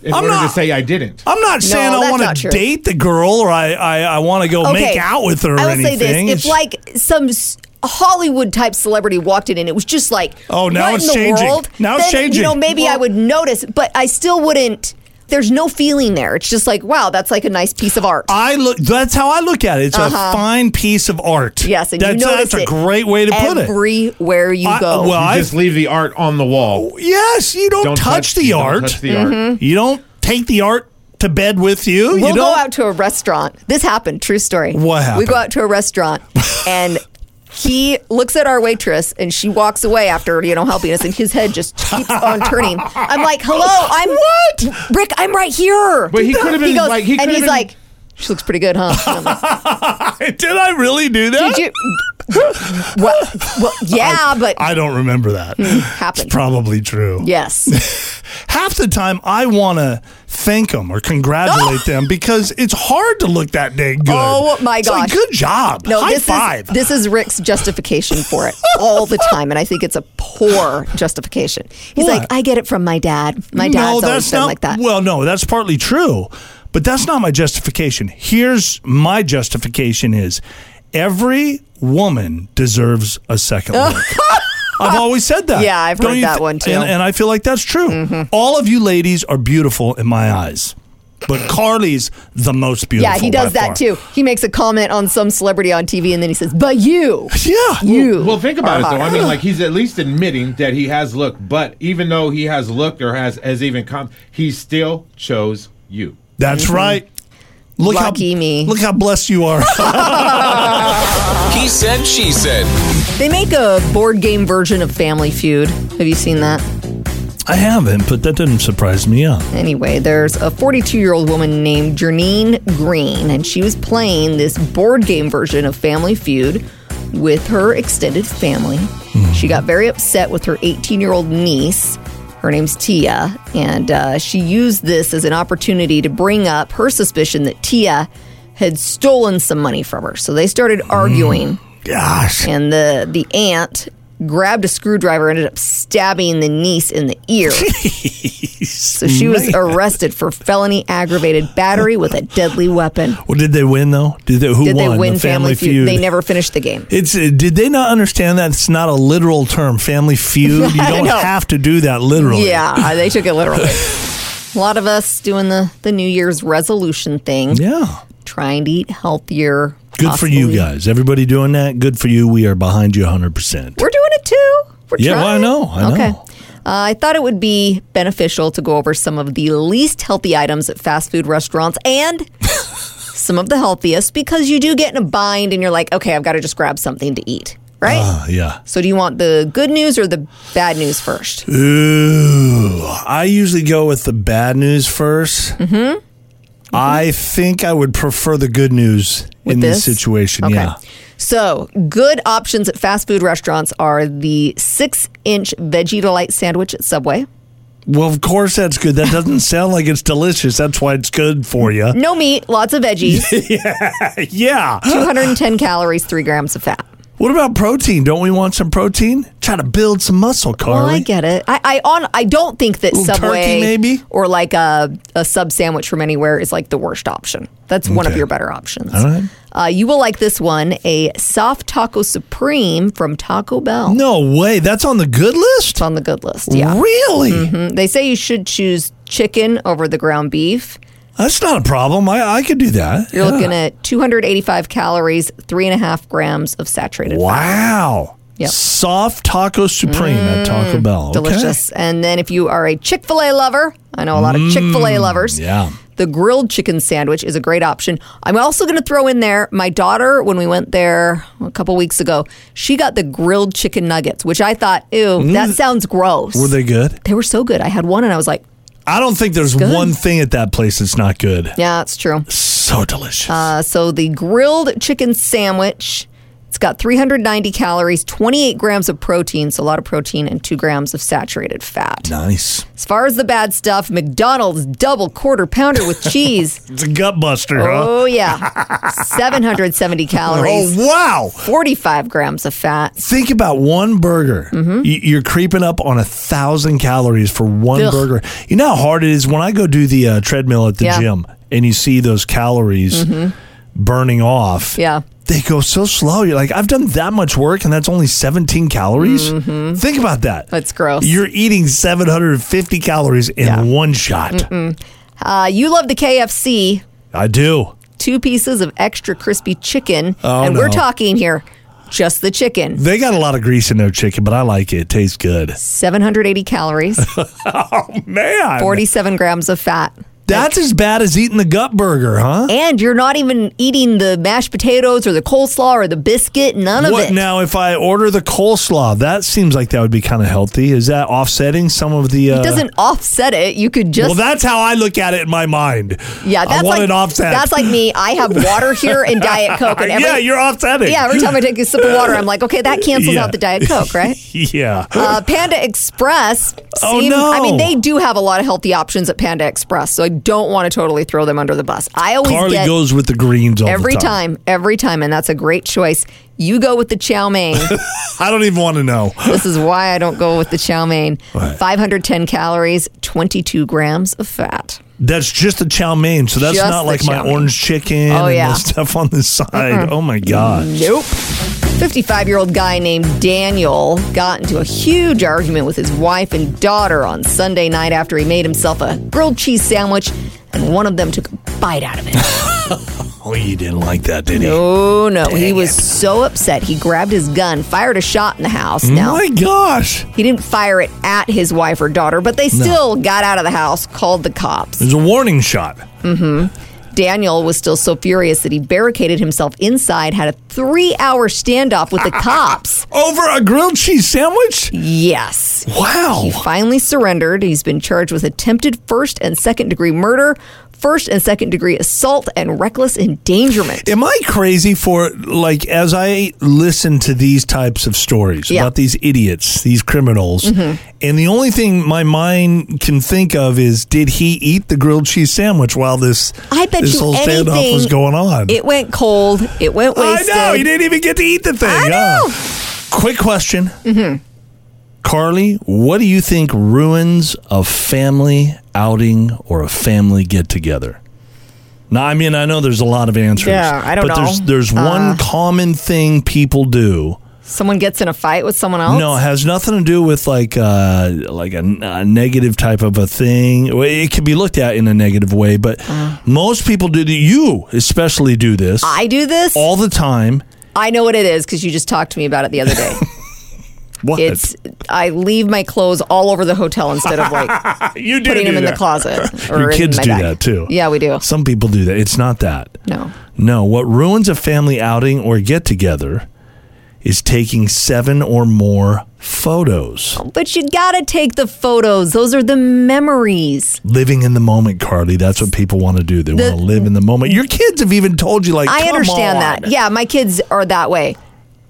Speaker 7: in
Speaker 4: I'm
Speaker 7: order to
Speaker 4: not-
Speaker 7: say I didn't.
Speaker 4: I'm not saying I
Speaker 3: that's
Speaker 4: want
Speaker 3: not true.
Speaker 4: to date the girl or I, I, I want to go make out with her or
Speaker 3: I will
Speaker 4: anything.
Speaker 3: say this: if
Speaker 4: It's-
Speaker 3: like some s- Hollywood type celebrity walked in and it was just like,
Speaker 4: Oh, now
Speaker 3: what
Speaker 4: it's
Speaker 3: in the
Speaker 4: changing.
Speaker 3: World,
Speaker 4: Now it's
Speaker 3: then,
Speaker 4: changing.
Speaker 3: You know, maybe I would notice, but I still wouldn't. There's no feeling there. It's just like, wow, that's like a nice piece of art.
Speaker 4: I look. That's how I look at it. It's a fine piece of art.
Speaker 3: Uh-huh. yes, and
Speaker 4: that's,
Speaker 3: you notice
Speaker 4: that's a
Speaker 3: it
Speaker 4: great way to put it.
Speaker 3: Everywhere you
Speaker 4: I-
Speaker 3: go,
Speaker 4: well,
Speaker 7: You
Speaker 4: I-
Speaker 7: just leave the art on the wall.
Speaker 4: Yes, you don't, touch, the
Speaker 7: you don't
Speaker 4: art. Mm-hmm.
Speaker 7: touch the art.
Speaker 4: You don't take the art to bed with you. you
Speaker 3: Mm-hmm. We'll
Speaker 4: don't.
Speaker 3: go out to a restaurant. This happened, true story.
Speaker 4: What
Speaker 3: We
Speaker 4: happened?
Speaker 3: go out to a restaurant and he looks at our waitress and she walks away after, you know, helping us and his head just keeps on turning. I'm like, hello, I'm what? Rick, I'm right here.
Speaker 7: But he could have been
Speaker 3: goes,
Speaker 7: like- he could
Speaker 3: and
Speaker 7: have
Speaker 3: he's
Speaker 7: been-
Speaker 3: like, she looks pretty good, huh? And I'm like,
Speaker 4: Did I really do that?
Speaker 3: Did you? what? Well, yeah, but Hmm.
Speaker 4: I don't remember that.
Speaker 3: happened.
Speaker 4: Probably true.
Speaker 3: yes.
Speaker 4: Half the time, I want to thank them or congratulate them because it's hard to look that dang good.
Speaker 3: Oh, my
Speaker 4: It's like,
Speaker 3: gosh.
Speaker 4: good job.
Speaker 3: No,
Speaker 4: High
Speaker 3: this
Speaker 4: five.
Speaker 3: is this is Rick's justification for it all the time, and I think it's a poor justification. He's
Speaker 4: What?
Speaker 3: like, I get it from my dad. My dad's always been
Speaker 4: not
Speaker 3: like that.
Speaker 4: Well, no, that's partly true, but that's not my justification. Here's my justification: is every woman deserves a second look. I've always said that.
Speaker 3: Yeah, I've
Speaker 4: Don't
Speaker 3: heard
Speaker 4: you
Speaker 3: that one, too. Mm-hmm.
Speaker 4: and, and I feel like that's true. All of you ladies are beautiful in my eyes, but Carly's the most beautiful.
Speaker 3: yeah, he
Speaker 4: by
Speaker 3: does that
Speaker 4: far.
Speaker 3: too. He makes a comment on some celebrity on TV, and then he says, "But you,
Speaker 4: Yeah,
Speaker 3: you."
Speaker 7: Well, think
Speaker 3: are
Speaker 7: about it though. I
Speaker 3: hot."
Speaker 7: mean, like he's at least admitting that he has looked, but even though he has looked or has has even come, he still chose you.
Speaker 4: that's right. Look
Speaker 3: Mm-hmm. Lucky
Speaker 4: how
Speaker 3: me.
Speaker 4: look how blessed you are.
Speaker 2: He said, she said.
Speaker 3: they make a board game version of Family Feud. Have you seen that?
Speaker 4: I haven't, but that didn't surprise me. Yeah.
Speaker 3: Anyway, there's a 42 year old woman named Janine Green, and she was playing this board game version of Family Feud with her extended family. She got very upset with her 18 year old niece. Her name's Tia, and uh, she used this as an opportunity to bring up her suspicion that Tia had stolen some money from her. So they started arguing
Speaker 4: Gosh.
Speaker 3: and the the aunt grabbed a screwdriver and ended up stabbing the niece in the ear. so she was arrested for felony aggravated battery with a deadly weapon.
Speaker 4: Well, did they win though? Did they? Who
Speaker 3: Did
Speaker 4: won?
Speaker 3: they
Speaker 4: the
Speaker 3: win Family, feud? They never finished the game.
Speaker 4: It's uh, did they not understand that it's not a literal term? Family feud. You
Speaker 3: I
Speaker 4: don't
Speaker 3: know.
Speaker 4: have to do that literally.
Speaker 3: Yeah, uh, they took it literally. a lot of us doing the the New Year's resolution thing,
Speaker 4: Yeah.
Speaker 3: trying to eat healthier.
Speaker 4: Good for you
Speaker 3: possibly.
Speaker 4: guys. Everybody doing that. Good for you. We are behind you 100. percent
Speaker 3: We're doing it too. We're
Speaker 4: Yeah,
Speaker 3: trying.
Speaker 4: well, I know, I
Speaker 3: okay.
Speaker 4: know.
Speaker 3: Uh, I thought it would be beneficial to go over some of the least healthy items at fast food restaurants and some of the healthiest because you do get in a bind and you're like, okay, I've got to just grab something to eat, right?
Speaker 4: Uh, yeah.
Speaker 3: so, do you want the good news or the bad news first?
Speaker 4: Ooh. I usually go with the bad news 1st Mm-hmm. I think I would prefer the good news in this,
Speaker 3: this?
Speaker 4: situation.
Speaker 3: Okay.
Speaker 4: Yeah.
Speaker 3: So, good options at fast food restaurants are the six inch veggie delight sandwich at Subway.
Speaker 4: Well, of course that's good. That doesn't sound like it's delicious. That's why it's good for you.
Speaker 3: No meat, lots of veggies,
Speaker 4: Yeah.
Speaker 3: 210 calories, three grams of fat.
Speaker 4: What about protein? Don't we want some protein? Try to build some muscle, Carly.
Speaker 3: Well, Oh, I get it. I, I on I don't think that
Speaker 4: Little
Speaker 3: Subway
Speaker 4: turkey, maybe?
Speaker 3: or like a, a sub sandwich from anywhere is like the worst option. That's one of
Speaker 4: Okay.
Speaker 3: your better options.
Speaker 4: All right.
Speaker 3: Uh, you will like this one, a soft taco supreme from Taco Bell.
Speaker 4: No way. That's on the good list?
Speaker 3: It's on the good list. Yeah. Mm-hmm.
Speaker 4: Really?
Speaker 3: Mm, They say you should choose chicken over the ground beef.
Speaker 4: That's not a problem. I, I could do that.
Speaker 3: You're
Speaker 4: Yeah.
Speaker 3: looking at 285 calories, three and a half grams of saturated fat.
Speaker 4: Wow.
Speaker 3: Yep. Mm,
Speaker 4: Soft Taco Supreme at Taco Bell. Okay. Mm,
Speaker 3: Delicious. And then if you are a Chick fil A lover, I know a lot of Chick fil A lovers.
Speaker 4: Yeah.
Speaker 3: The grilled chicken sandwich is a great option. I'm also going to throw in there my daughter, when we went there a couple weeks ago, she got the grilled chicken nuggets, which I thought, ew, that sounds gross.
Speaker 4: Mm. Were they good?
Speaker 3: They were so good. I had one and I was like,
Speaker 4: I don't think there's
Speaker 3: Good.
Speaker 4: one thing at that place that's not good.
Speaker 3: yeah, that's true.
Speaker 4: So delicious.
Speaker 3: Uh, so the grilled chicken sandwich. It's got 390 calories, 28 grams of protein, so a lot of protein, and two grams of saturated fat.
Speaker 4: nice.
Speaker 3: As far as the bad stuff, McDonald's double quarter pounder with cheese.
Speaker 4: It's a gut buster, huh?
Speaker 3: oh, yeah. 770
Speaker 4: Oh,
Speaker 3: calories,
Speaker 4: wow.
Speaker 3: 45 grams of fat.
Speaker 4: Think about one burger.
Speaker 3: Mm-hmm.
Speaker 4: Y- You're creeping up on a thousand calories for one
Speaker 3: Ugh.
Speaker 4: burger. You know how hard it is when I go do the uh, treadmill at the
Speaker 3: Yeah. Mm-hmm.
Speaker 4: gym and you see those calories burning off.
Speaker 3: Yeah.
Speaker 4: They go so slow. You're like, I've done that much work and that's only 17 calories. Think about that.
Speaker 3: Mm-hmm. That's gross.
Speaker 4: You're eating 750 calories in
Speaker 3: Yeah.
Speaker 4: one shot.
Speaker 3: Uh, you love the KFC,
Speaker 4: I do.
Speaker 3: two pieces of extra crispy chicken.
Speaker 4: Oh,
Speaker 3: and we're
Speaker 4: no.
Speaker 3: talking here just the chicken.
Speaker 4: They got a lot of grease in their chicken, but I like it. It tastes good.
Speaker 3: 780 calories,
Speaker 4: Man.
Speaker 3: 47 grams of fat.
Speaker 4: That's as bad as eating the gut burger, huh?
Speaker 3: And you're not even eating the mashed potatoes or the coleslaw or the biscuit, none of
Speaker 4: What
Speaker 3: it.
Speaker 4: now if I order the coleslaw? That seems like that would be kind of healthy. Is that offsetting some of the? Uh,
Speaker 3: It doesn't offset it. You could just
Speaker 4: Well, that's how I look at it in my mind.
Speaker 3: Yeah, that's
Speaker 4: I want
Speaker 3: like
Speaker 4: it offset. Uh,
Speaker 3: That's like me. I have water here and Diet Coke, and every
Speaker 4: yeah, you're offsetting.
Speaker 3: yeah, every time I take a sip of water, I'm like, okay, that cancels
Speaker 4: Yeah.
Speaker 3: out the Diet Coke, right?
Speaker 4: yeah.
Speaker 3: Uh, Panda Express.
Speaker 4: Oh,
Speaker 3: seem- I mean,
Speaker 4: no.
Speaker 3: they do have a lot of healthy options at Panda Express, so I don't want to totally throw them under the bus. I always
Speaker 4: Carly
Speaker 3: get
Speaker 4: goes with the greens all the
Speaker 3: every
Speaker 4: time.
Speaker 3: time. every time, and that's a great choice. You go with the chow mein.
Speaker 4: I don't even want to know.
Speaker 3: this is why I don't go with the chow mein.
Speaker 4: Right.
Speaker 3: 510 calories, 22 grams of fat.
Speaker 4: That's just the chow mein, so that's
Speaker 3: Just
Speaker 4: not
Speaker 3: the
Speaker 4: like
Speaker 3: chow
Speaker 4: my
Speaker 3: mein.
Speaker 4: orange chicken
Speaker 3: Oh,
Speaker 4: and
Speaker 3: yeah.
Speaker 4: the stuff on the side. Oh my god.
Speaker 3: Nope. 55 year old guy named Daniel got into a huge argument with his wife and daughter on Sunday night after he made himself a grilled cheese sandwich, and one of them took a bite out of it.
Speaker 4: Oh, you didn't like that, did you?
Speaker 3: oh no, he was so upset. He grabbed his gun, fired a shot in the house. Now,
Speaker 4: Oh, My gosh.
Speaker 3: he didn't fire it at his wife or daughter, but they still got out of the house, called the cops.
Speaker 4: There's a warning shot.
Speaker 3: Daniel was still so furious that he barricaded himself inside, had a three hour standoff with the cops.
Speaker 4: Over a grilled cheese sandwich?
Speaker 3: Yes.
Speaker 4: Wow.
Speaker 3: finally surrendered. He's been charged with attempted first and second degree murder, first and second degree assault, and reckless endangerment.
Speaker 4: Am I crazy for like as I listen to these types of stories
Speaker 3: Yeah. Mm-hmm.
Speaker 4: about these idiots, these criminals, and the only thing my mind can think of is did he eat the grilled cheese sandwich while this
Speaker 3: I bet
Speaker 4: this
Speaker 3: you
Speaker 4: whole standoff
Speaker 3: anything
Speaker 4: was going on?
Speaker 3: It went cold. It went
Speaker 4: I
Speaker 3: wasted.
Speaker 4: know he didn't even get to eat the thing.
Speaker 3: I
Speaker 4: huh?
Speaker 3: know.
Speaker 4: Quick question, Carly, what do you think ruins a family outing or a family get together? Now, I mean, I know there's a lot of answers.
Speaker 3: Yeah, I don't
Speaker 4: but There's,
Speaker 3: know. Uh,
Speaker 4: there's one common thing people do.
Speaker 3: Someone gets in a fight with someone else.
Speaker 4: No, it has nothing to do with like uh, like a, a negative type of a thing. Well, It can be looked at in a negative way, but most people do. You especially do this
Speaker 3: Uh. I do this.
Speaker 4: all the time.
Speaker 3: I know what it is because you just talked to me about it the other day.
Speaker 4: What
Speaker 3: it's I leave my clothes all over the hotel instead of like
Speaker 4: you do
Speaker 3: putting
Speaker 4: do
Speaker 3: them in the
Speaker 4: that.
Speaker 3: closet. Or
Speaker 4: Your
Speaker 3: in
Speaker 4: kids
Speaker 3: my
Speaker 4: do
Speaker 3: bag.
Speaker 4: that too.
Speaker 3: Yeah, we do.
Speaker 4: Some people do that. It's not that.
Speaker 3: No.
Speaker 4: No, what ruins a family outing or get together is taking seven or more photos.
Speaker 3: But you gotta take the photos. Those are the memories.
Speaker 4: Living in the moment, Carly. That's what people want to do. They
Speaker 3: The-
Speaker 4: want to live in the moment. Your kids have even told you, like,
Speaker 3: I
Speaker 4: "Come
Speaker 3: understand
Speaker 4: on."
Speaker 3: that. Yeah, my kids are that way.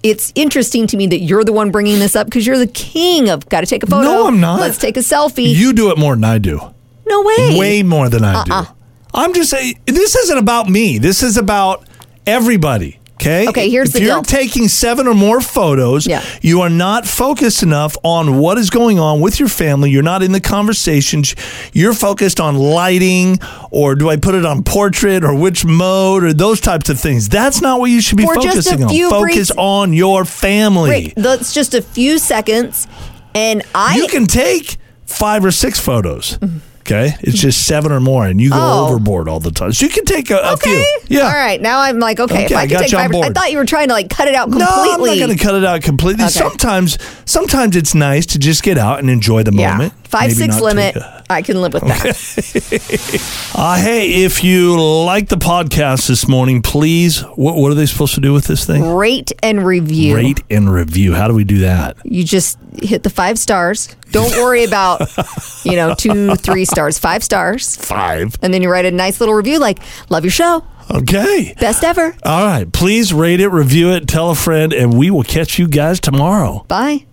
Speaker 3: It's interesting to me that you're the one bringing this up because you're the king of got to take a photo.
Speaker 4: No, I'm not.
Speaker 3: Let's take a selfie.
Speaker 4: You do it more than I do.
Speaker 3: no way.
Speaker 4: Way more than I
Speaker 3: Uh-uh.
Speaker 4: do. I'm just saying, this isn't about me. This is about everybody. Okay.
Speaker 3: Okay, here's
Speaker 4: if
Speaker 3: the deal.
Speaker 4: you're taking seven or more photos,
Speaker 3: Yeah.
Speaker 4: you are not focused enough on what is going on with your family. You're not in the conversations. You're focused on lighting, or do I put it on portrait, or which mode, or those types of things. That's not what you should be
Speaker 3: For just a
Speaker 4: focusing on.
Speaker 3: few brief-
Speaker 4: Focus on your family.
Speaker 3: Rick, that's just a few seconds, and I
Speaker 4: You can take five or six photos. Okay, it's just seven or more, and you go
Speaker 3: Oh.
Speaker 4: overboard all the time. So you can take a, a
Speaker 3: Okay.
Speaker 4: few. Yeah.
Speaker 3: All right. Now I'm like, okay, if
Speaker 4: Okay,
Speaker 3: I
Speaker 4: I
Speaker 3: could
Speaker 4: got
Speaker 3: take
Speaker 4: you on
Speaker 3: five, I
Speaker 4: board.
Speaker 3: thought you were trying to like cut it out
Speaker 4: No, I'm
Speaker 3: completely.
Speaker 4: not going to cut it out completely.
Speaker 3: Okay.
Speaker 4: Sometimes, sometimes it's nice to just get out and enjoy the
Speaker 3: yeah.
Speaker 4: moment.
Speaker 3: Five,
Speaker 4: Maybe
Speaker 3: six
Speaker 4: not
Speaker 3: limit.
Speaker 4: take a-
Speaker 3: I can live with that.
Speaker 4: Uh, hey, if you like the podcast this morning, please, what, what are they supposed to do with this thing?
Speaker 3: Rate and review.
Speaker 4: Rate and review. How do we do that?
Speaker 3: You just hit the five stars. Don't worry about, you know, two, three stars, five stars.
Speaker 4: Five.
Speaker 3: And then you write a nice little review like, love your show.
Speaker 4: Okay.
Speaker 3: Best ever.
Speaker 4: All right. Please rate it, review it, tell a friend, and we will catch you guys tomorrow.
Speaker 3: Bye.